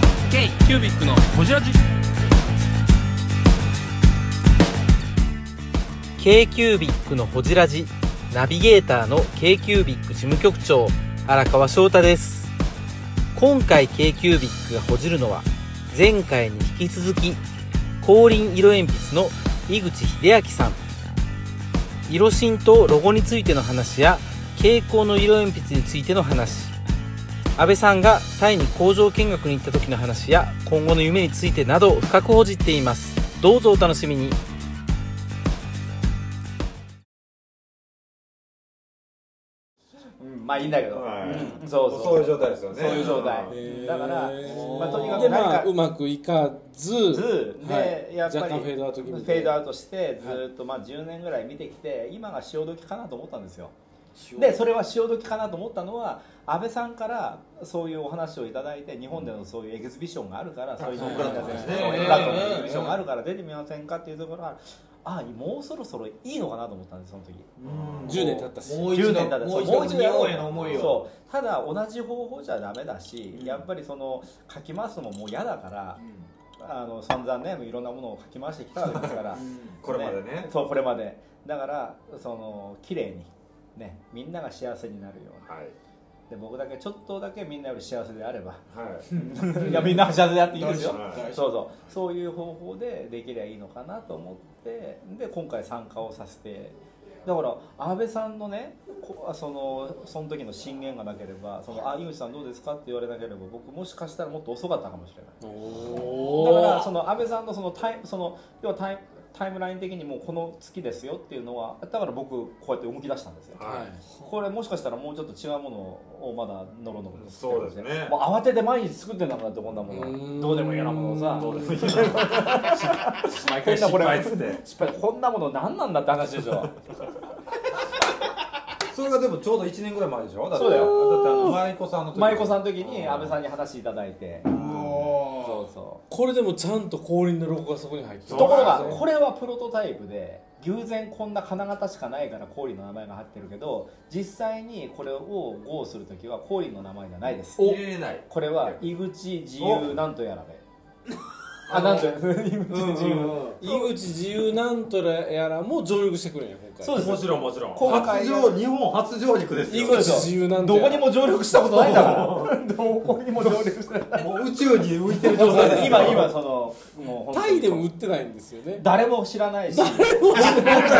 キュービックのホジラジ k q u b i c のほじラジナビゲーターの k q u b i c 事務局長荒川翔太です今回 k q u b i c がほじるのは前回に引き続き光輪色鉛筆の井口秀明さん色芯とロゴについての話や蛍光の色鉛筆についての話安倍さんがタイに工場見学に行った時の話や今後の夢についてなど深くほじっていますどうぞお楽しみにうんまあいいんだけど、はいうんそうそうそういう状態ですよねそういう状態だから、まあ、とにかくで何まかあうまくいかずずで、はいやっぱり若干フェードアウト気味フェードアウウトしてずーっとまあ10年ぐらい見てきて今が潮時かなと思ったんですよでそれは潮時かなと思ったのは安倍さんからそういうお話をいただいて日本でのそういうエキシビションがあるからそういう人たちがねそういうラトのエキシビションがあるから出てみませんかっていうところはああもうそろそろいいのかなと思ったんですその時10年経ったしもう一10度年経ってもう一そうも度う一日度やろう本への思いをそうただ同じ方法じゃダメだし、やっぱりその書き回すのももう嫌だから、あの散々ねいろんなものを書き回してきたわけですから、 これまでねそうこれまでだからその綺麗にねみんなが幸せになるようにはいで僕だけちょっとだけみんなより幸せであれ ばはいいやみんなが幸せであっていいですよ大事そうそうそういう方法でできればいいのかなと思ってで今回参加をさせてだから安倍さんのねこそのその時の進言がなければ「そのあ井口さんどうですか?」って言われなければ僕もしかしたらもっと遅かったかもしれないだからその安倍さんのそのタイその要はタイタイムライン的にもうこの月ですよっていうのはだから僕こうやって動き出したんですよはいこれもしかしたらもうちょっと違うものをまだのろのろ作ってるんそうですねもう慌てて毎日作ってんだからってこんなもうーのんどうでもいいようなものをさどうでもいい毎回失敗っつって失敗こんなもの何なんだって話でしょそれがでもちょうど1年ぐらい前でしょだってそうだよだってあの舞妓さんの時舞妓さんの時に安倍さんに話いただいてそうそうこれでもちゃんと氷のロゴがそこに入ってとるそうころがそうそうこれはプロトタイプで偶然こんな金型しかないから氷の名前が入ってるけど実際にこれをゴーする時は氷の名前じゃないです入れないこれは井口自由なんとやらであなんとやら井口自由、井口自由なんとやらも上陸してくるんや今回そうですもちろんもちろん今回初上日本初上陸です井よ口自由なんとどやこらにも上陸したことないんだから どこにも上陸してないもう宇宙に浮いてる状態です今今そのもう本当にタイでも売ってないんですよね誰も知らないし僕ら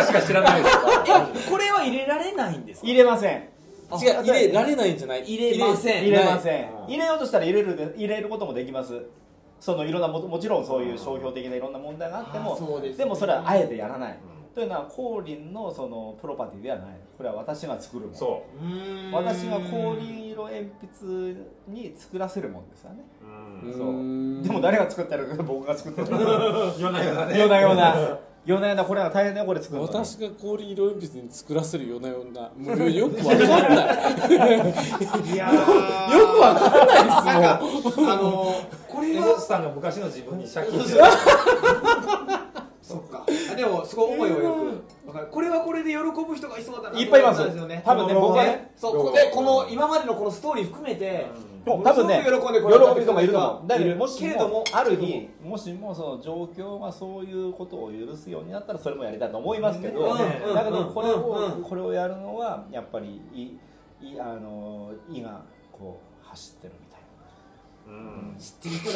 しか知らないですからこれは入れられないんですか入れません違う入れられないんじゃない入れません入れまんせん入れようとしたら入れるで入れることもできますそのいろんなももちろんそういう商標的ないろんな問題があってあーそもうですねもそれはあえてやらない、というのは降臨のそのプロパティではないこれは私が作るもんそうーん私が降臨色鉛筆に作らせるもんですよねううんそううでも誰が作ってるか僕が作ってる夜な夜なね夜な夜な夜な夜なこれは大変だよこれ作るの私が氷色鉛筆に作らせるようなようなもうよくわかんないいやーよくわかんないですなんかあのこれ江は口さんが昔の自分に借金してそっかあでもすごい思いをよくわかるこれはこれで喜ぶ人がいそうだないっぱいいますと思ったんですよね多分ね僕はねそうでこの今までのこのストーリー含めてもう多分ねすごく喜んでこれ喜びとかいると思うだいけどるもしけれどもある日もしもその状況がそういうことを許すようになったらそれもやりたいと思いますけど、うんうんだけどこれを、うんうんこれをやるのはやっぱりいいあの胃がこう走ってるみたいな。知ってる人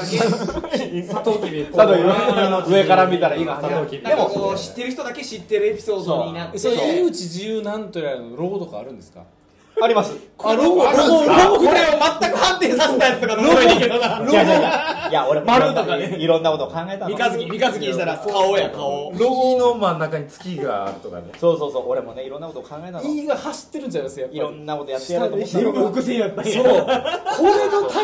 だけサトウキビ佐藤君上から見たら胃が走ってる。ででももこう知ってる人だけ知ってるエピソードになってそれ井口自由なんとやらのロゴとかあるんですかあります。あロゴロゴロこれを全く判定させたやつとかどういいけどなやいいやいやいや俺丸とかねいろんなことを考えたの。三日月三日月にしたら顔や顔ロゴの真ん中に月があるとかねそうそうそう俺もねいろんなことを考えたの。ゴ E が走ってるんじゃないですかやっいぱりろんなことやってやろうと思った全の部伏線やっぱりそうこれのた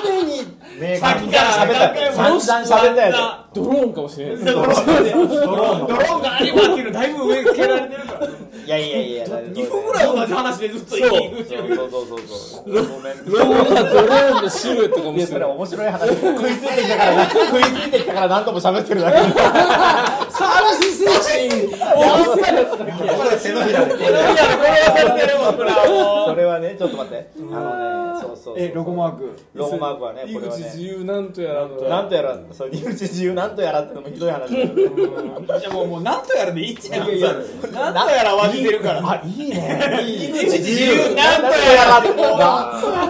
めにメーカさっーきから喋ったよ何回も散々喋ったやドローンかもしれないですドローンドローンがあればっていうのだいぶ上つけられてるからつ。いやいやいや。2 2分ぐらい同じ話でずっと言っていくそうそうそうそう。ごめん。ロゴがドローンのシルエットかもいやしそれれ ない 面白い話食いついてきたから食いついてきたから何度も喋ってるだけ河原先生自身大手のひらでそれはねちょっと待ってあのねそうそうそうえロゴマークロゴマークはね井これは口自ね由なんとやらんとなんとやらそう入り口自由なんとやらってのもひどい話だけどいやもうもうなんとやらでいいじゃんいやなんとやらは出てるからあ いいね井口自由なんとやらってもう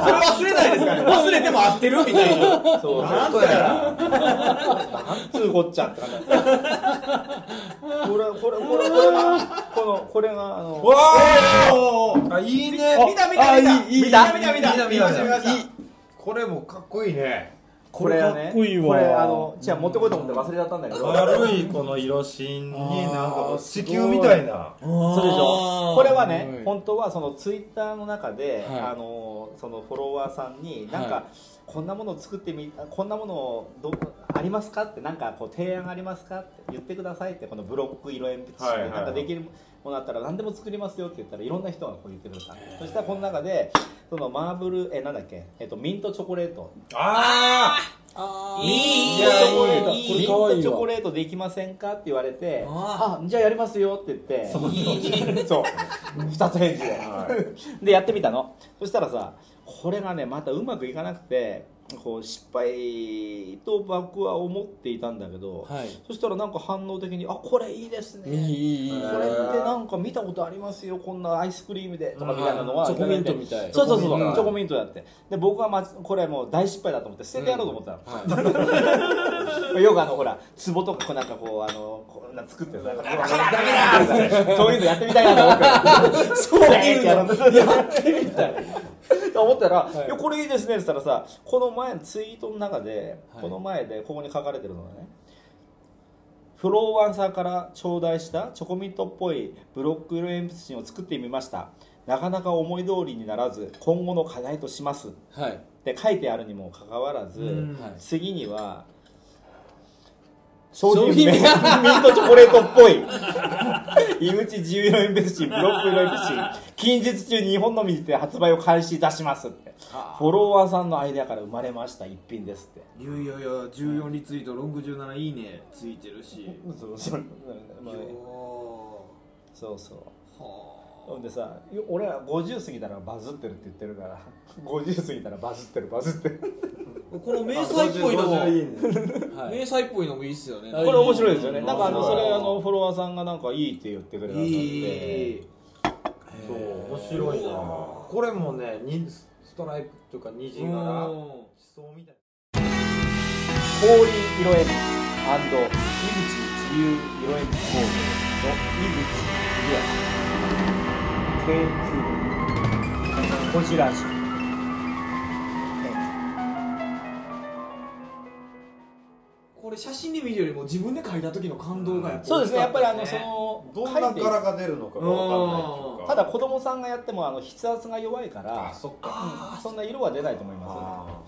それ忘れないですからね忘れても合ってるみたいなそうなんととややらなんつうこっちゃって感じこれこれこれこれはこのこれがあのおーあいいね見た見た見たあいいいい見た見た見た見た見た見ました見ましたこれもかっこいいねこれはねかっこいいわこれあのじゃあ持ってこいと思って忘れちゃったんだけど軽いこの色芯になんかもう地球みたいなそうでしょこれはね、はい本当はそのツイッターの中で、はいあのそのフォロワーさんになんか、はいこんなものを作ってみこんなものをどありますかってなんかこう提案ありますかって言ってくださいってこのブロック色鉛筆紙で、はいはいはいなんかできるものあったら何でも作りますよって言ったらいろんな人がこう言ってくれた、そしたらこの中でそのマーブルえなんだっけ、えっと、ミントチョコレートああーいいいやもういいいいミントチョコレートできませんかって言われてああじゃあやりますよって言ってそう2つ返事であ、はい、でやってみたのそしたらさこれがねまたうまくいかなくてこう失敗と僕は思っていたんだけど、はいそしたらなんか反応的に「あこれいいですね」いいいいいいこれってなんか見たことありますよこんなアイスクリームでとかみたいなのはチョコミントみたいそうそうそうチョコミントチョコミントだってで僕は、ま、これもう大失敗だと思って捨ててやろうと思ったの、はいよくあのほら壺とかこうなんかこうあのこんな作ってさダメだそういうのやってみたいなと思ってそういうのやってみたいと思ったら、いいやこれいいですねって言ったらさこの前のツイートの中で、はいこの前でここに書かれてるのがねフローワンさんから頂戴したチョコミントっぽいブロック色鉛筆芯を作ってみましたなかなか思い通りにならず今後の課題としますはいって書いてあるにもかかわらず、はい次には商商品品名名ミントチョコレートっぽい井口自由鉛筆紙ブロック色鉛筆紙近日中に日本のみにて発売を開始いたしますってフォロワーさんのアイデアから生まれました一品ですっていやいやいや14リツイートロング17いいねついてるしそうそういやーそうそうはほんでさよ俺は50過ぎたらバズってるって言ってるから50過ぎたらバズってるバズってるあこの迷彩っぽいのもはい迷彩っぽいのもいいっすよねここれ面白いですよねうんなんかあの面そ白いれあのフォロワーさんがなんかいいって言ってくれたんだっていいそう面白いなこれもねにストライプとか虹柄思想みたい氷色鉛筆井口自由色鉛筆工業の井口リア研究こちらしこれ写真で見るよりも自分で描いた時の感動がやっぱそうですねやっぱりあの大きそかたですねのどんな柄が出るのかがわかんないっていうかただ子供さんがやってもあの筆圧が弱いからあそっかそんな色は出ないと思いまあ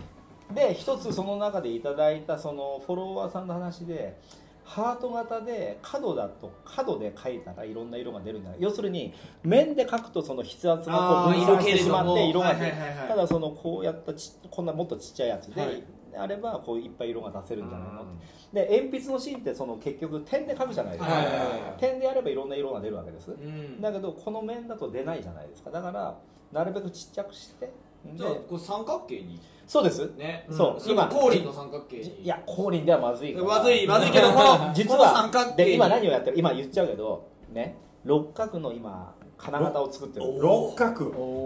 すで一つその中でいただいたそのフォロワーさんの話でハート型で角だと角で描いたらいろんな色が出るんじゃない要するに面で描くとその筆圧がこあうー分散してしまって色が出はいるはいはいはいただそのこうやったちこんなもっとちっちゃいやつで、はいあればこういっぱい色が出せるんじゃないの、うんで鉛筆の芯ってその結局点で描くじゃないですか、はいはいは点でやればいろんな色が出るわけです、うんだけどこの面だと出ないじゃないですかだからなるべくちっちゃくしてじゃあでこれ三角形にそうですねそうそれも光輪の三角形じにいや光輪ではまずいからまずいまずいけどこ の実この三は角形で今何をやってる今言っちゃうけどね六角の今金型を作ってるい六角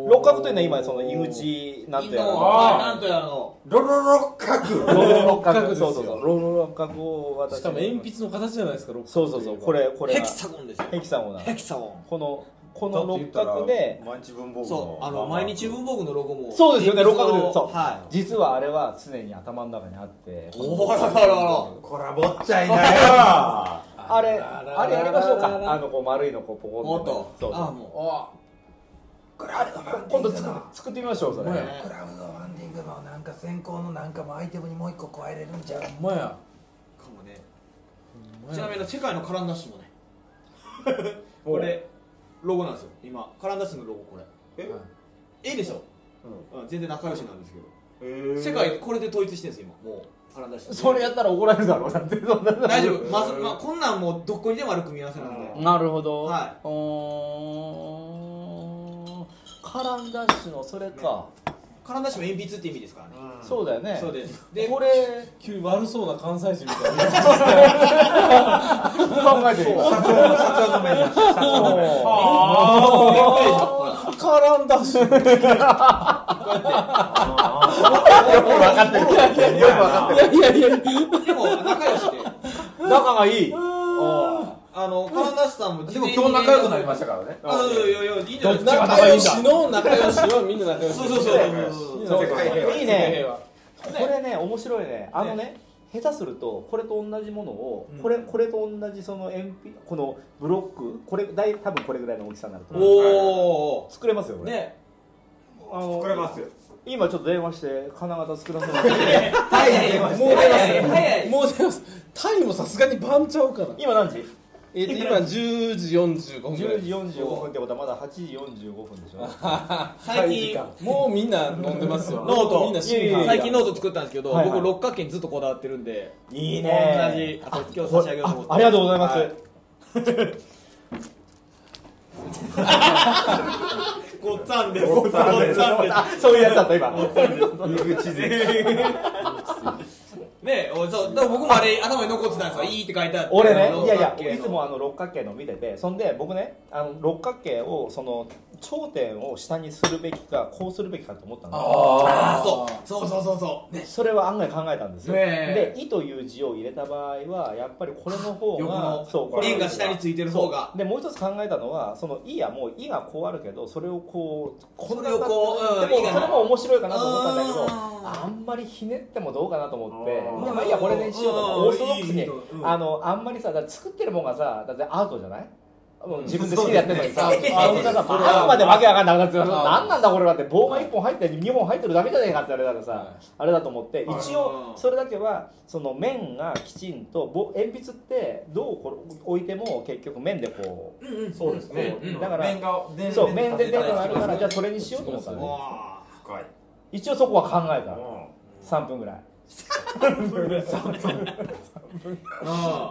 六角というのは今その井口なんてやらののあーなんとやらのロロ六角ロール六角六角ですそようそうそうロール六角を私しかも鉛筆の形じゃないですか六角そうそうそうこれこれヘがキサゴンですよヘキサゴンなのヘキサゴンこのこの六角で毎日文房具そうあの毎日文房具のロゴもそうですよね鉛六筆角でのそう、は実はあれは常に頭の中にあっていおららららこらぼっちゃい なよあれあららららあれやりましょうかあのこう丸いのこうポコンもっってねとそうあもうクラウドファン今度作る作ってみましょうそれねクラウドファンディングのなんか先行のなんかもアイテムにもう一個加えれるんちゃうほんまやかもねちなみに世界のカランダッシュもねお これロゴなんですよ今カランダッシュのロゴこれえでしょ、うん全然仲良しなんですけど世界これで統一してるんですよ今もうパラダイスそれやったら怒られるだろうだってそんな大丈夫、まずまあ、こんなんもうどこにでもある組み合わせなんでなるほど、は おーカランダッシュのそれか、カランダッシュも鉛筆って意味ですからね、そうだよねそうですでこれ急に悪そうな関西人みたいな考えてる今社長の目に社長の目にカランダッシュよく分かってるよく分かってるいやいやいやでも仲良しで仲がいいあのカランダッシュさんもでも今日仲良くなりましたからねあいやいやいやいいんじゃ ないですか仲良しの仲良しはみんな仲良しそうそうそう そう世界平 和いいねこれね面白いねあのね下手するとこれと同じものをうんこれこれと同じその鉛筆このブロックこれ大多分これぐらいの大きさになると思うおお作れますよこれねあのこれますよ今ちょっと電話して金型作らせて早いもう早い早いもうでもタイムさすがに番ちゃうから今何時えっと今10時45分ぐら ?10 い時45分ってことはまだ8時45分でしょ最近もうみんな飲んでますよノートみんな深夜いやいやいや最近ノート作ったんですけど、はいはい僕六角形にずっとこだわってるんでいい同じあと今日差し上げようと思ってあありがとうございます、はごっつぁんですごっつぁんですあそういうやつだった今 入口税ねえおそうだから僕もあれ頭に残ってたんですよいいって書いてあって俺ねあのいやい六角や形いのつもあの六角形の見ててそんで僕ねあの六角形をその頂点を下にするべきかこうするべきかと思ったんだあああそうそうそうそうそうねそれは案外考えたんですよ、ねで「い」という字を入れた場合はやっぱりこれの方横がのそうこれ円が下についてる方がでもう一つ考えたのはその「い」やもう「い」がこうあるけどそれをこうこんなそれをこううんでもいがそれも面白いかなと思ったんだけどああんまりひねってもどうかなと思ってあーいやまあいいやこれでしようと思ってオーソドックスうんいにいとうんあのあんまりさだって作ってるもんがさだってアートじゃないもう自分で好きでやってるのにさ、そうですねあんなさ、パンまでわけわかんなくなってさ、なんなんだこれはって、棒が1本入って、2本入ってるだけじゃねえかってあれだからさ、あれだと思って、はい一応、それだけは、その面がきちんと、棒鉛筆って、どうこれ置いても結局面でこう、そうですねうんうんだから面が面そう、面で立面てたがあらるから、じゃあそれにしようと思ったうね。わ深い一応そこは考えた。う3分ぐらい。んーあ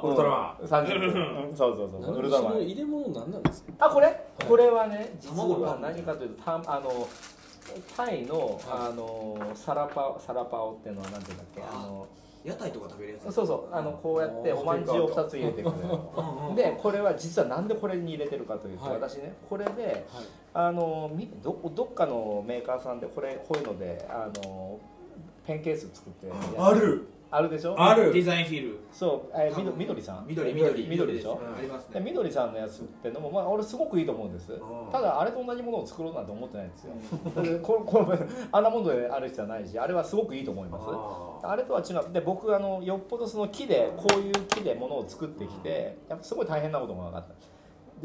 ウルトラマ30分。うんそうそうそう。ウルトラマンその入れ物何なんですかあこれこれはね実卵は何かというとたあのタイのあのサラパサラパオっていうのはなんていうんだっけああのー屋台とか食べるやつそうそうあのこうやってあーおまんじゅうを2つ入れてくれるうんうんでこれは実はなんでこれに入れてるかというと、はい私ねこれであのみどどっかのメーカーさんでこれこういうのであのペンケース作ってやってあるあるでしょあデるザインフィルそうえーみどみどりさん緑緑緑でしょうんありますでねみどりさんのやつってのも、まあ、俺すごくいいと思うんですんただあれと同じものを作ろうなんて思ってないんですよここのあんなものである必要はないしあれはすごくいいと思いますああれとは違うで僕あのよっぽどその木でこういう木でものを作ってきてやっぱすごい大変なことも分かった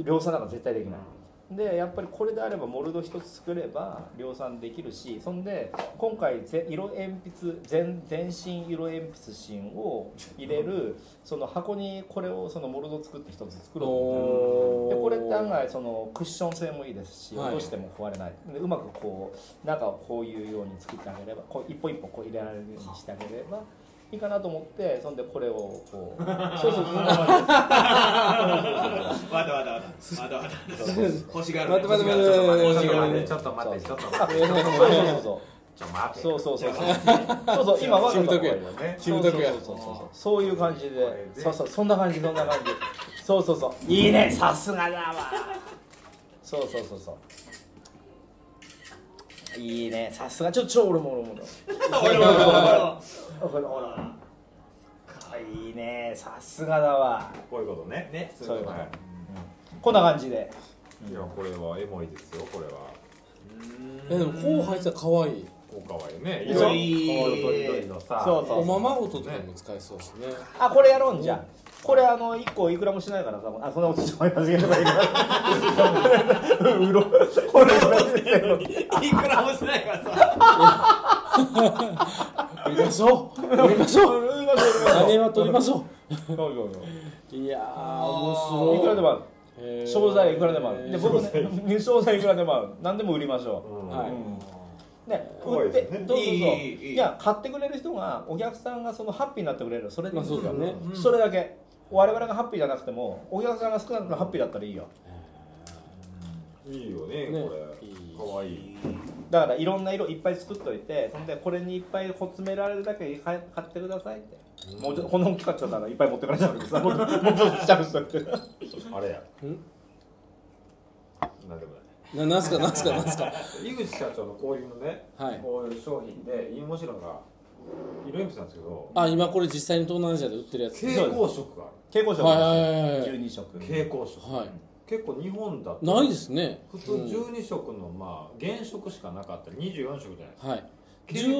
で量産なんか絶対できないでやっぱりこれであればモルド一つ作れば量産できるしそんで今回ぜ色鉛筆全全身色鉛筆芯を入れるその箱にこれをそのモルド作って一つ作ろうと思ってるでこれって案外そのクッション性もいいですしはい落としても壊れない、でうまくこう中をこういうように作ってあげればこう一歩一歩こう入れられるようにしてあげればいいかなと思ってそんでこれをこ うそうそうそう わだわだわだわだわだ 星がある待って待って待ちょっっとて待っ待っててちょっと待ってちょっと待ってそうそうそうちょっと待ってそうそうそうそうそうそうそう今わざとこうキムタクやねキムタクやそうそうそうそうそういう感じでそうそうそんな感じそんな感じそうそうそういいねさすがだわそうそうそうそういいねさすがちょちょ俺も俺も俺も俺も俺も俺もあこれほらいいねさすがだわこういうことねねそういうことはこんな感じでいいやこれはエモいですよこれはえでもこう入ったら可愛い効果はいいねでし色ょ々こういうとりどりのさそうそうおままごととかも使えそうですねあこれやろうんじゃこれあの1個いくらもしないからさあそんなことしてもらいますけどうろこれいくらもしないからさ売りましょう売りましょう何は取りましょういやー面白いいくらでもあるへー商材いくらでもあるで僕商ね商材いくらでもある何でも売りましょうんはう、いうんね、怖売いっでて、すそうそうねそういいいいいいいや買ってくれる人がお客さんがそのハッピーになってくれるそれでいいまあそうだねんそれだけ我々がハッピーじゃなくてもお客さんが少なくともハッピーだったらいいよいいよねねこれ可愛いいだからいろんな色いっぱい作っといてそんでこれにいっぱいこう詰められるだけ買い買ってくださいってもうちょこんな大きかったからいっぱい持ってかれちゃうけどさもうもうちょっとしちゃうしちゃってあれやんなんでもないななんすかなんすかなんすか井口社長の交流のね、はいこういう商品でインモシロンが色鉛筆なんですけどあ今これ実際に東南アジアで売ってるやつ蛍光色が蛍光はいは色いはいはい12色ある蛍光色、はい結構日本だとないですね普通うん12色のまあ原色しかなかったり24色じゃないですかはい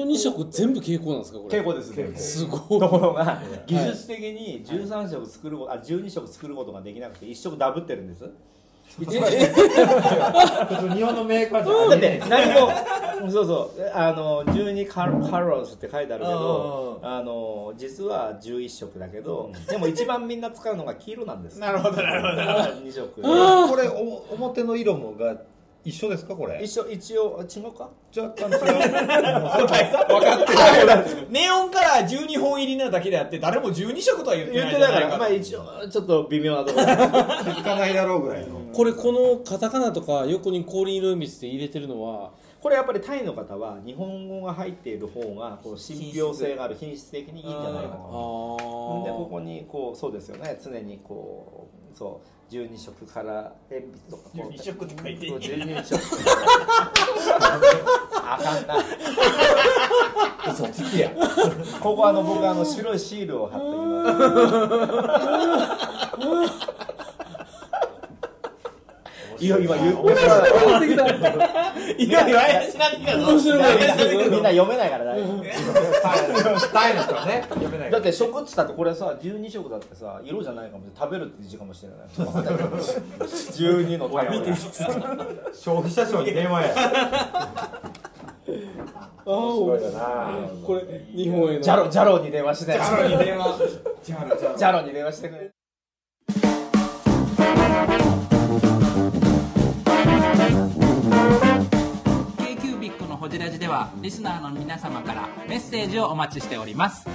12色全部蛍光なんですかこれ蛍光ですね蛍すごいところが技術的に13色作ることあ12色作ることができなくて1色ダブってるんです普通日本のメーカーじゃだって何もそうそうあの12カロカロスって書いてあるけどあの実は11色だけどでも一番みんな使うのが黄色なんですなるほどなるほど2色これお表の色もが一緒ですかこれ一緒一応違うか若干違う分かってるネオンカラー12本入りなだけであって誰も12色とは言って言なっいてじゃだなかいらまあ一応ちょっと微妙なところ気づかないだろうぐらいのこれこのカタカナとか横に氷色鉛筆で入れてるのはこれやっぱりタイの方は日本語が入っている方がこう信憑性がある品質的にいいんじゃないかあとーでここにこうそうですよね常にこうそう12色から鉛筆とかこう12色って書いてそうる12色あかんな嘘つきやここあの僕あの白いシールを貼っておきますいや今言う面白い色々怪しなってきたぞ面白いですねみんな読めないから大丈夫タイの人はね読めないだって食っつったってこれさ12色だってさ色じゃないかもしれない食べるって字かもしれない12の太陽だ消費者庁に電話や あだーなこれ日本へのジャロジャロに電話してジジャロに電話ジャロジャロジャロに電話してくれケイキュービックのホジラジではリスナーの皆様からメッセージをお待ちしております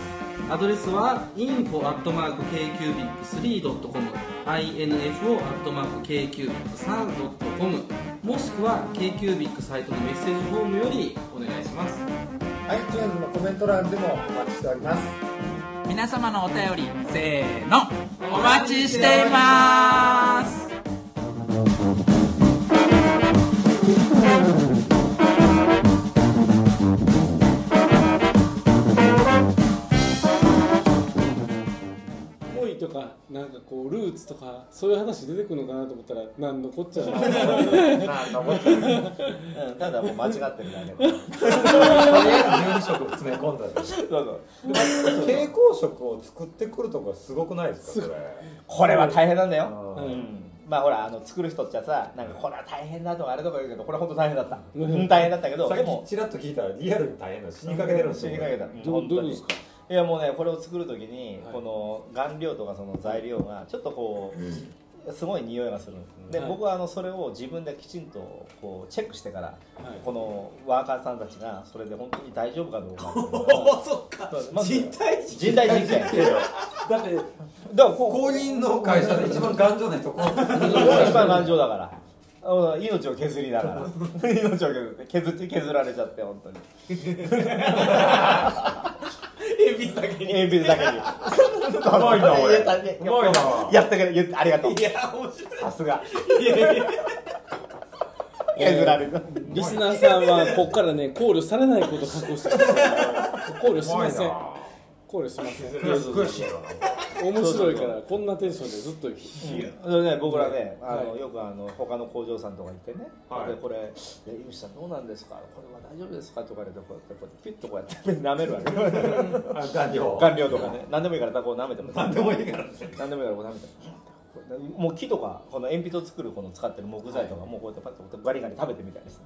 アドレスは info.kcubic3.com info.kcubic3.com もしくは KQBIC サイトのメッセージフォームよりお願いします iTunes のコメント欄でもお待ちしております皆様のお便りせーのお待ちしています恋とかなんかこうルーツとかそういう話出てくるのかなと思ったらなんのこっちゃなう んただもう間違ってるだけだとりあえず12色を詰め込んだんです蛍光色を作ってくるとこすごくないですかこれこれは大変なんだようんはいまあほらあの作る人っちゃさなんかこれは大変だとかあれとか言うけどこれは本当大変だったうん大変だったけどさでもっきちらっと聞いたらリアルに大変だ死にかけてるんです死よにかけたどう本ど当うにですかいやもうねこれを作る時に、はいこの顔料とかその材料がちょっとこう、すごい匂いがするで、はい僕はあのそれを自分できちんとこうチェックしてから、いこのワーカーさんたちがそれで本当に大丈夫かどうかっていうのおがおそっかそうまず人体実人体実験だってだからこう公認の会社で一番頑丈な人こう一番頑丈だからうん命を削りながら命を削って削って削られちゃって本当に鉛筆だけに鉛筆だけにうまいな俺うまいなやってくれ言ってありがとういや面白いさすがいやいやいや削られたリスナーさんはここからね考慮されないことを確保してください考慮しません考慮しません悔しいな面白いからこんなテンションでずっといいそれね、僕らね、あの、はいよくあの他の工場さんとか行ってね、はいでこれで「井口さんどうなんですかこれは大丈夫ですか?」とか言われてこうやってこうやってピュッとこうやって舐めるわけあ頑丈顔料とかね何でもいいからこう舐めても何でもいいから何でもいいからこう舐めてももう木とかこの鉛筆を作るこの使ってる木材とかもうこうやってパッとこうやってガリガリ食べてみたいですね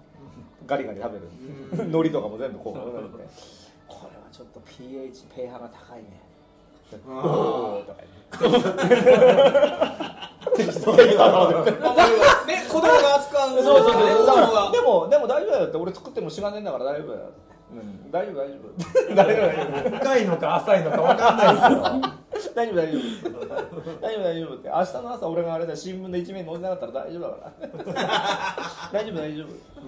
ガリガリ食べる海苔とかも全部こうこうやってこれはちょっと pH ペーハーが高いねおーとか言ってまあまあね、子供が扱う。そうそうそうね子供がでもでも大丈夫だよって俺作っても知らねえんだから大丈夫だよ、うん、大丈夫大丈夫大丈夫大丈夫 深いのか浅いのか分かんないですよ大丈夫大丈夫大丈夫大丈夫って明日の朝俺があれだ新聞で一面に載せなかったら大丈夫だ から大丈夫大丈夫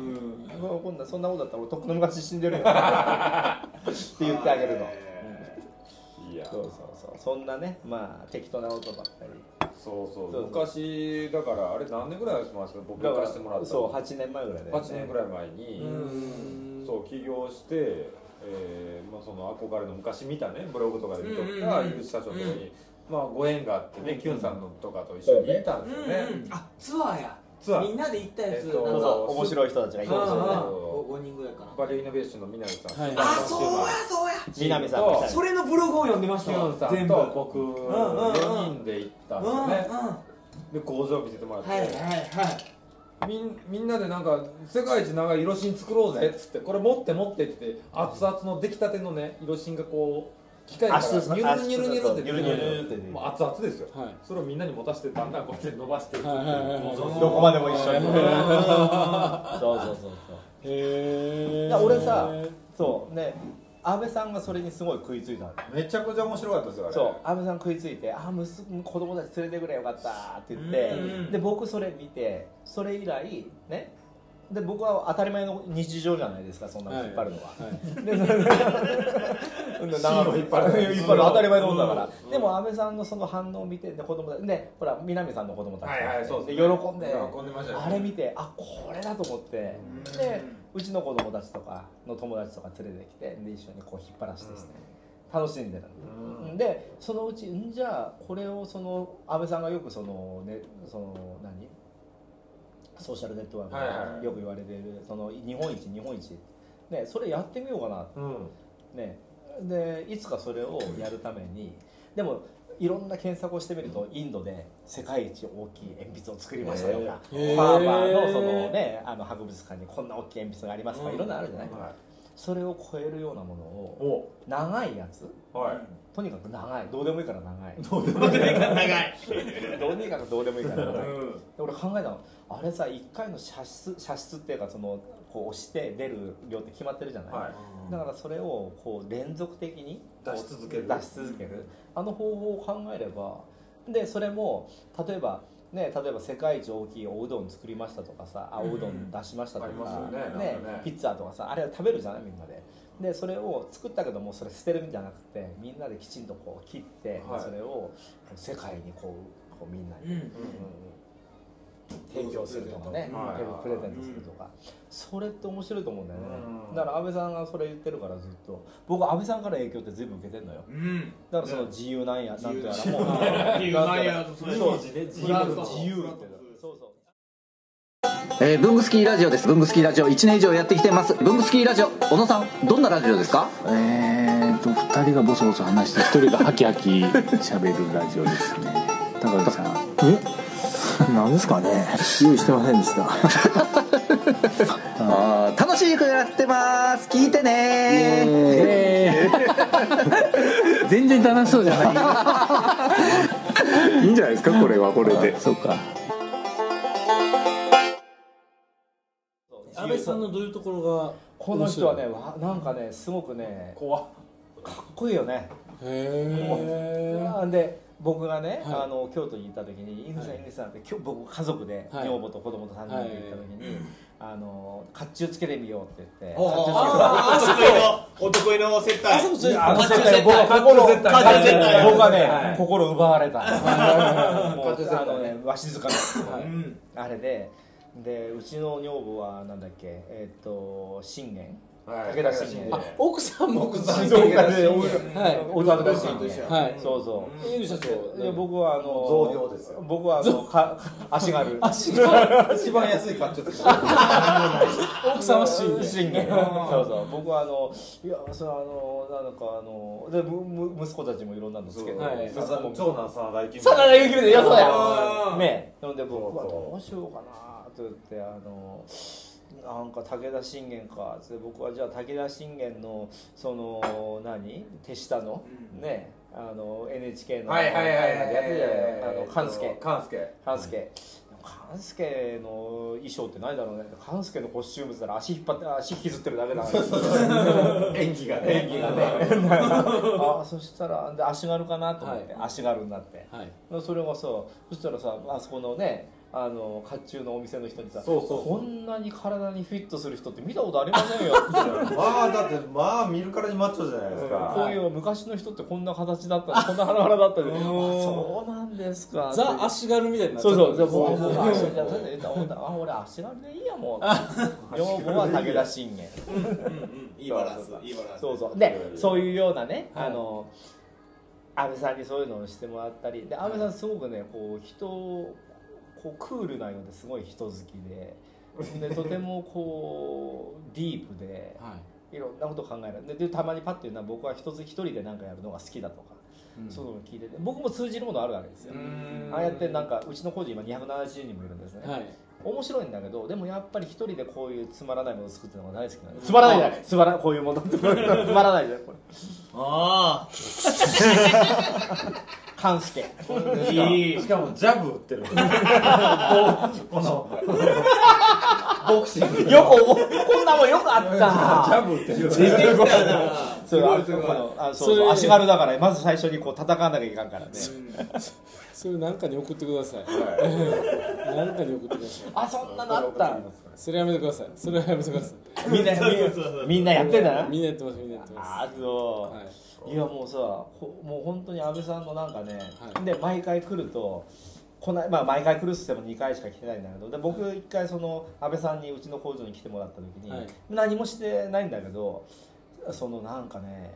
うんこんなそんなことだったら俺とっくの昔死んでるよって言ってあげるの、うんそうそうそうそんなねまあ適当なことばっかりそうそうそう昔だからあれ何年ぐらいしますか僕が貸してもらったのそう8年前ぐらいで、 8年ぐらいらい前に、そう起業して、えーまあ、その憧れの昔見たねブログとかで見とった井口社長とかに、まあ、ご縁があってね、キュンさんのとかと一緒に行ったんですよね、うんうんあ、ツアーや。ツアーみんなで行ったやつ。えっとなそうんかそう面白い人たちがいるんですそうよね五五人ぐらいかな。バリューイノベーションの南さん、はいあ、そうや、そうや。南さんが来たりそれのブログを読んでましキたュよンさ。ん全部。と僕4人で行ったんうん、うん、ですよね、はで工場見せてもらっい、て、はい、はい。みんみんなでなんか世界一長い色芯作ろうぜっつってこれ持って持ってって熱々の出来たてのね色芯がこう機械からあそうそうニュルニュルニュルってあそうそうそうニュルニュルってもう熱々ですよ、はいそれをみんなに持たせてだんだんこうやって伸ばしていくっていうはいはいはい構造どこまでも一緒 にそうそうそうそうへいや俺さそうね安倍さんがそれにすごい食いついたのめちゃくちゃ面白かったですよあれそう安倍さん食いついて「ああ息子子供たち連れてくれよかった」って言ってうんうんで僕それ見てそれ以来ねで僕は当たり前の日常じゃないですかそんなの引っ張るのは、でそれで長野引っ張る引っ張る当たり前のことだから、でも安倍さんのその反応を見てで子供たちでほら南さんの子供たち、はいはいそうでです喜ねんで喜んでましたよあれ見てあこれだと思って、でうちの子供たちとかの友達とか連れてきてで一緒にこう引っ張らしてですね、楽しんでる、でそのうちんじゃあこれをその安倍さんがよくそのねその何ソーシャルネットワーはいはいクはでいよく言われているその日本一日本一ねそれやってみようかなってうんねでいつかそれをやるためにでもいろんな検索をしてみるとインドで世界一大きい鉛筆を作りましたよとかファへーーバーのそのねあの博物館にこんな大きい鉛筆がありますとかいろんなのあるじゃないはそれを超えるようなものいをお長いやつはい、とにかく長いどうでもいいから長い長い。どうにかくどうでもいいから長いで俺考えたのあれさ1回の射出射出っていうかそのこう押して出る量って決まってるじゃない、はいだからそれをこう連続的に出し続ける出し続けるあの方法を考えればでそれも例えばね例えば世界一大きいおうどん作りましたとかさあおうどん出しましたとか、ありますよねなんかねピッツァとかさあれは食べるじゃないみんなででそれを作ったけどもうそれ捨てるんじゃなくてみんなできちんとこう切って、はいそれを世界にこうこうみんなにうん。提供するとかね、はいはいはいプレゼントするとか、それって面白いと思うんだよね、うんだから安倍さんがそれ言ってるからずっと僕安倍さんから影響って随分受けてんのようん。だからその自由なんや、なんとやらもう由なんやとそれそう自由自由自由ってそうそうえー、ブングスキーラジオですブングスキーラジオ1年以上やってきてますブングスキーラジオ小野さんどんなラジオですかえーと2人がボソボソ話して1人がハキハキ喋るラジオですね高橋さんえなんですかね用意してませんでしたあー楽しい曲やってます聞いてね全然楽しそうじゃないいいんじゃないですかこれはこれでそうか安倍さんのどういうところこの人はねわなんかねすごくね怖かっこいいよねがへあで僕がね、はいあの京都に行った時に「井口さん井口さん」って今日僕家族で、はい女房と子供と3人で行った時に、あの甲冑つけてみようって言って甲お冑つけてあー、男の、男の接待。えあのあ世界僕は心絶対感情絶対僕はね、はい心奪われた も感情絶うあ対のねわしづかみ、うん。あれででうちの女房はなんだっけえっ、と信玄はい武田信玄あ奥さんも奥さん静岡ではい小田武田信一緒玄やはいそうそう江口社長で僕はあの増量ですよ僕はあのか足 軽足一番安い買っちゃって奥さんは信玄信玄そうそう僕はあのいやそれはあのなんかあのでむむ息子たちもいろんなのつけてはいそこも長男真田大輝さだゆきみでいやそうやあーねなので僕そうそうはどうしようかなと言ってあのなんか武田信玄かつって僕はじゃあ武田信玄のその何手下の、ねあの NHK のはいはいはないんかやってるじゃないあの勘助勘助勘助勘助の衣装ってないだろうね勘助のコスチュームって言ったら足引っ張って足引きずってるだけ だから演技が演ね技が ねあそしたらで足軽かなと思って、足軽になって、はいそれがさそしたらさあそこのねあの甲冑のお店の人にさそうそうこんなに体にフィットする人って見たことありませんよ って言ったらまあだってまあ見るからにマッチョじゃないですかこういう昔の人ってこんな形だったこんなハラハラだった であそうなんですかザ足軽みたいになっちそゃううそう、じゃあもう、もう、もう足じゃあだってあ、俺、足軽でいいや、も う。女房は武田信玄。いいバランスいいバランスそうそう。で、そういうようなね、あの、安倍さんにそういうのをしてもらったり、で、安倍さんすごくね、こう、人を、こう、クールなようですごい人好きで、で、とてもこう、ディープで、いろんなこと考えられる。でで、たまにパッと言うのは、僕は一つ一人で何かやるのが好きだとか、そういうのを聞いてて、僕も通じるものあるわけですよ。ああやってなんかうちの工事今270人もいるんですね、はい面白いんだけどでもやっぱり一人でこういうつまらないものを作ってるのが大好きなんでつまらないじゃないつまらこういうものつまらないじゃないこれあ勘助しかもジャブ打ってるこのボクシングよく思うこんなもんよくあったブ打ってるそうあのあそうそう足軽だからまず最初にこう戦わなきゃいかんからねそれなんかに送ってくださいなんかに送ってくださいあそんなのあったそれやめてくださいそれはやめてくださいみんなみんなやってんだなみんなやってますみんなやってますあそう、はいいやもうさこもう本当に安倍さんのなんかね、で毎回来るとこないまあ、毎回来るっつっても2回しか来てないんだけどで僕1回その安倍さんにうちの工場に来てもらった時に、はい何もしてないんだけどそのなんかね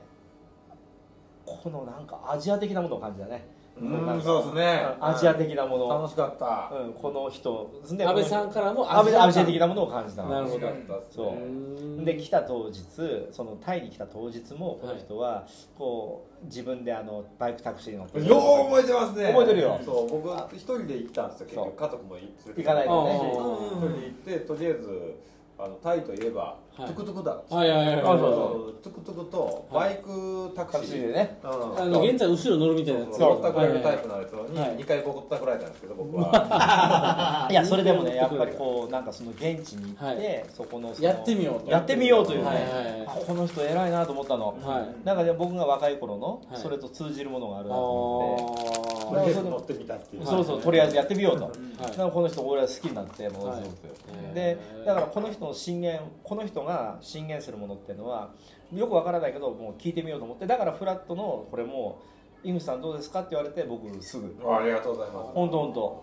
このなんかアジア的なものを感じたねなんうんかそうですねアジア的なもの、楽しかったうん、この人安安倍さんからも安倍安倍さん的ななものを感じたなるほどそううで来た当日そのタイに来た当日もこの人は、こう自分であのバイクタクシーに乗ってよう覚えてますね覚えてるよそう僕は一人で行ったんですよ結そう局家族も連れて行かないとねあ一人で行ってとりあえずあのタイといえばトいゥクトゥクだはいはいはいはいそうそうトゥクトゥクとバイクタタククシシーーでねうんあの現在後ろ乗るみたいなやつぼったくられるタイプのやつはいに2回ぼったくられたんですけど僕はいやそれでもねやっぱりこうなんかその現地に行って、はそこのそのやってみようとやってみようというね、はいはいはいあこの人偉いなと思ったの、はいなんかね僕が若い頃の、はいそれと通じるものがあるあなと思って。ー とりあえず乗ってみたっていうそうそう、とりあえずやってみようと、はいだからこの人俺は好きになってものすごく、はいでだからこの人の進言この人が進言するものっていうのはよくわからないけどもう聞いてみようと思ってだからフラットのこれも「井口さんどうですか?」って言われて僕すぐありがとうございます本当本当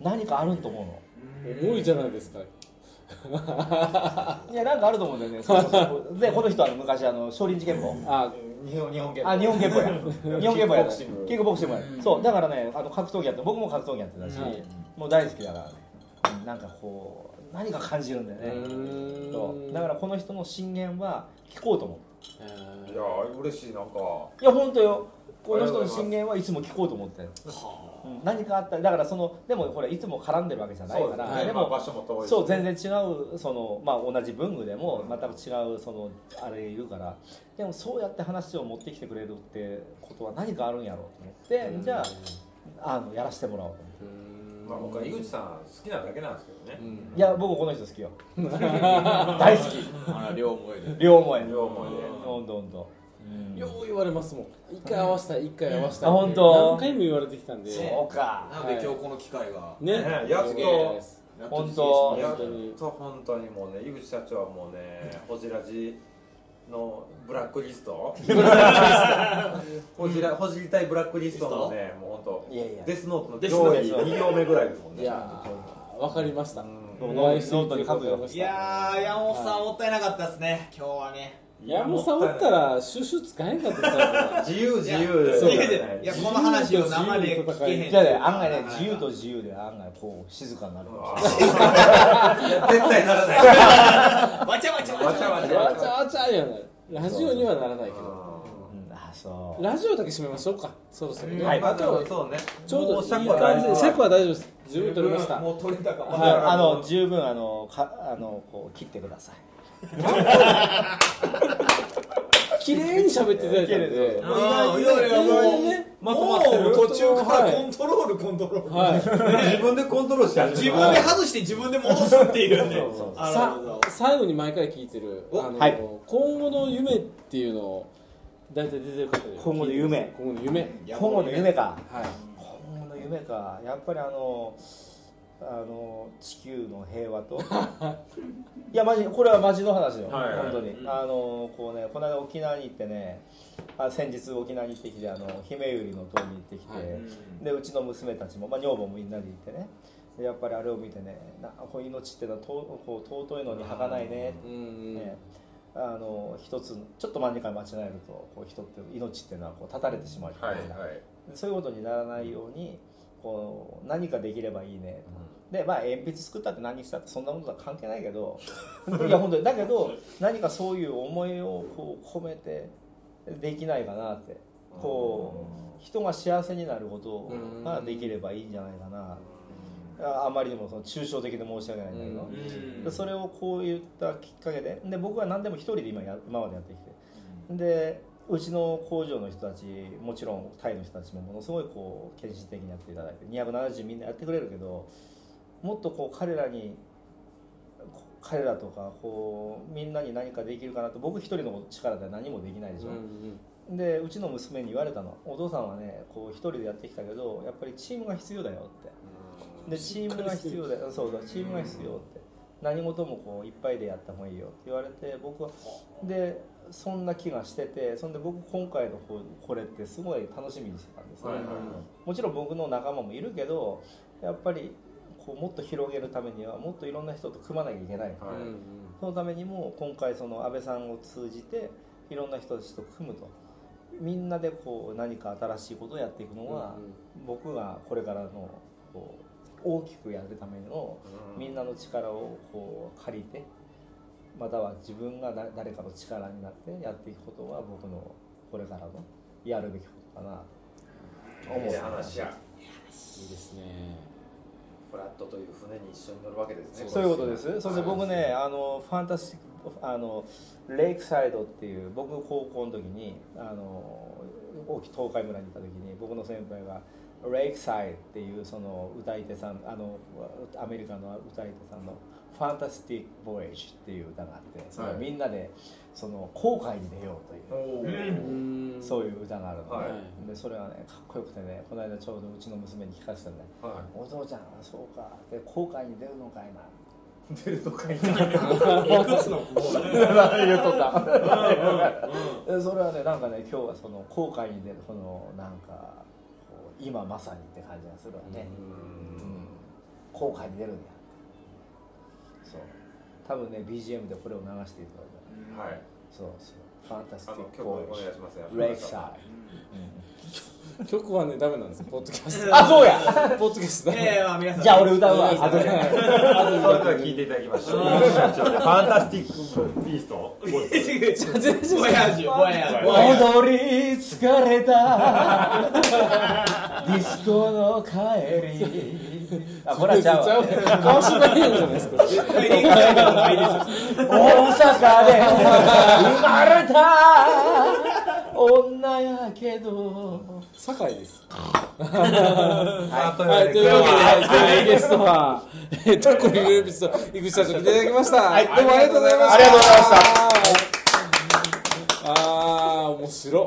何かあるんと思うの。重いじゃないですかいや、なんかあると思うんだよね。そうそうそうで、この人はあの昔、あの少林寺拳法。あ日本日本あ、日本拳法や。日本拳法や、ね。キックボクシングや、そう、だからね、あの格闘技やって、僕も格闘技やってたし、はいもう大好きだからね。うんなんかこう、何か感じるんだようね。ーんそうだから、この人の進言は聞こうと思う。えいーや嬉しいなんかいや、本当よ。この人の進言はいつも聞こうと思ってる。うん何かあったら、だから、その、でも、ほら、いつも絡んでるわけじゃないそうかですら。ねでまあも、場所も遠いしそう全然違うその、まあ、同じ文具でも全く違うそのあれいるからでもそうやって話を持ってきてくれるってことは何かあるんやろうと思ってじゃああのやらせてもらおうと思ってまあ僕は井口さん好きなだけなんですけどねいや僕この人好き よ大好きあら両思いで両思い両思いでどんどんどんよう言われますもん一回合わせたい一回合わせたいあ本当何回も言われてきたんでそうかなので今日この機会がねねやっとすげえですやっと本当やっ本当にと本当にもうね井口社長はもうねホジラジのブラックリストホジラホジりたいブラックリストのねもう本当いやいやデスノートのデスノ上ー位2行目ぐらいですもんねいやーわかりましたノお会いしてみートにて書くわかりよましいたやー山本さんもったいなかったですね今日はね山本さんおったらシュッシュ使えんかった ら自由自いや由いやいやいやこの話を生で聞けへんじゃあね案外ね自由と自由で案外こう静かになるあーいや絶対ならないわちゃわちゃわちゃわちゃわちゃわちゃやないラジオにはならないけどうんあそラジオだけ締めましょうかそろそろね、はいあとそうねちょうどもいい尺感は大丈じで夫尺は大丈夫です十分取りましたもう取れたかう、もはい、あの十分あのかあのこう切ってください綺麗に喋っていただいたん綺麗ででもう意外とねもう途中からコントロールコントロール、はい自分でコントロールし始自め分で外して自分で戻すっていうねあなるさほど最後に毎回聞いてるあの、はい今後の夢っていうのを大体出てる方で今後の夢今後の夢いや今後の夢かはい今後の夢かやっぱりあのあの地球の平和といやマジこれはマジの話よ、はいはい本当に、あのこうねこの間沖縄に行ってねあ先日沖縄に行ってきてあの姫百合の塔に行ってきて、はいでうちの娘たちも、まあ、女房もみんなで行ってねでやっぱりあれを見てねなこう命ってのはとこう尊いのに儚いねう、ん、ねあの一つちょっと何回間違えるとこう人って命っていうのはこう断たれてしまうじゃはいないですかはいそういうことにならないようにこう何かできればいいね、でまあ鉛筆作ったって何したってそんなことは関係ないけど いや本当にだけど何かそういう思いをこう込めてできないかなってこう人が幸せになることうんができればいいんじゃないかなああまりにもその抽象的で申し訳ないんだけど。うんでそれをこういったきっかけでで僕は何でも一人で今や今までやってきてでうちの工場の人たちもちろんタイの人たちもものすごいこう献身的にやっていただいて270みんなやってくれるけどもっとこう彼らにこ彼らとかこうみんなに何かできるかなと僕一人の力では何もできないでしょ、でうちの娘に言われたの「お父さんはねこう一人でやってきたけどやっぱりチームが必要だよ」ってでチームが必要だよそうだチームが必要って何事もこういっぱいでやった方がいいよって言われて僕はでそんな気がしててそんで僕今回のこうこれってすごい楽しみにしてたんですよ、はいはいはいもちろん僕の仲間もいるけどやっぱりこうもっと広げるためにはもっといろんな人と組まなきゃいけない、はいそのためにも今回その安倍さんを通じていろんな人たちと組むとみんなでこう何か新しいことをやっていくのが僕がこれからのこう大きくやるためのみんなの力をこう借りてまたは自分がだ誰かの力になってやっていくことは僕のこれからのやるべきことかなと思うええ話やいいですねフラットという船に一緒に乗るわけですねそういうことです。それで僕ね、あのファンタスティックあのレイクサイドっていう僕高校の時にあの大き東海村にいた時に僕の先輩がレイクサイドっていうその歌い手さんあのアメリカの歌い手さんのファンタスティックボエージっていう歌があって、そのみんなでその航海に出ようという。うんそういう歌があるの、はいでそれはねかっこよくてねこの間ちょうどうちの娘に聞かせたんだはお父ちゃんそうかで後悔に出るのかいな い出ると か言っいくつの子言うとった でそれはねなんかね今日はその後悔に出るこのなんかこう今まさにって感じがするわね、うん後悔に出るんだそう多分ね BGM でこれを流していただいたはいそうそうファンタスあティのック曲お願いボーしイますレイクサ曲はねダメなんですよポッドキャ スイあそうやトポッドキャストダメいやいや皆さんじゃあ俺歌うわ後でそれでは聞いていただきましょうファンタスティックビーストボヤージュボヤージュ踊り疲れたディスコの帰りあこれはちゃう わ川島ないじゃないですか大阪で生まれた女やけど酒井ですははいというわけではい今日のゲストはえっとこういうエピソード井口社長来ていただきましたはいどうもありがとうございましたありがとうございましたあー面白い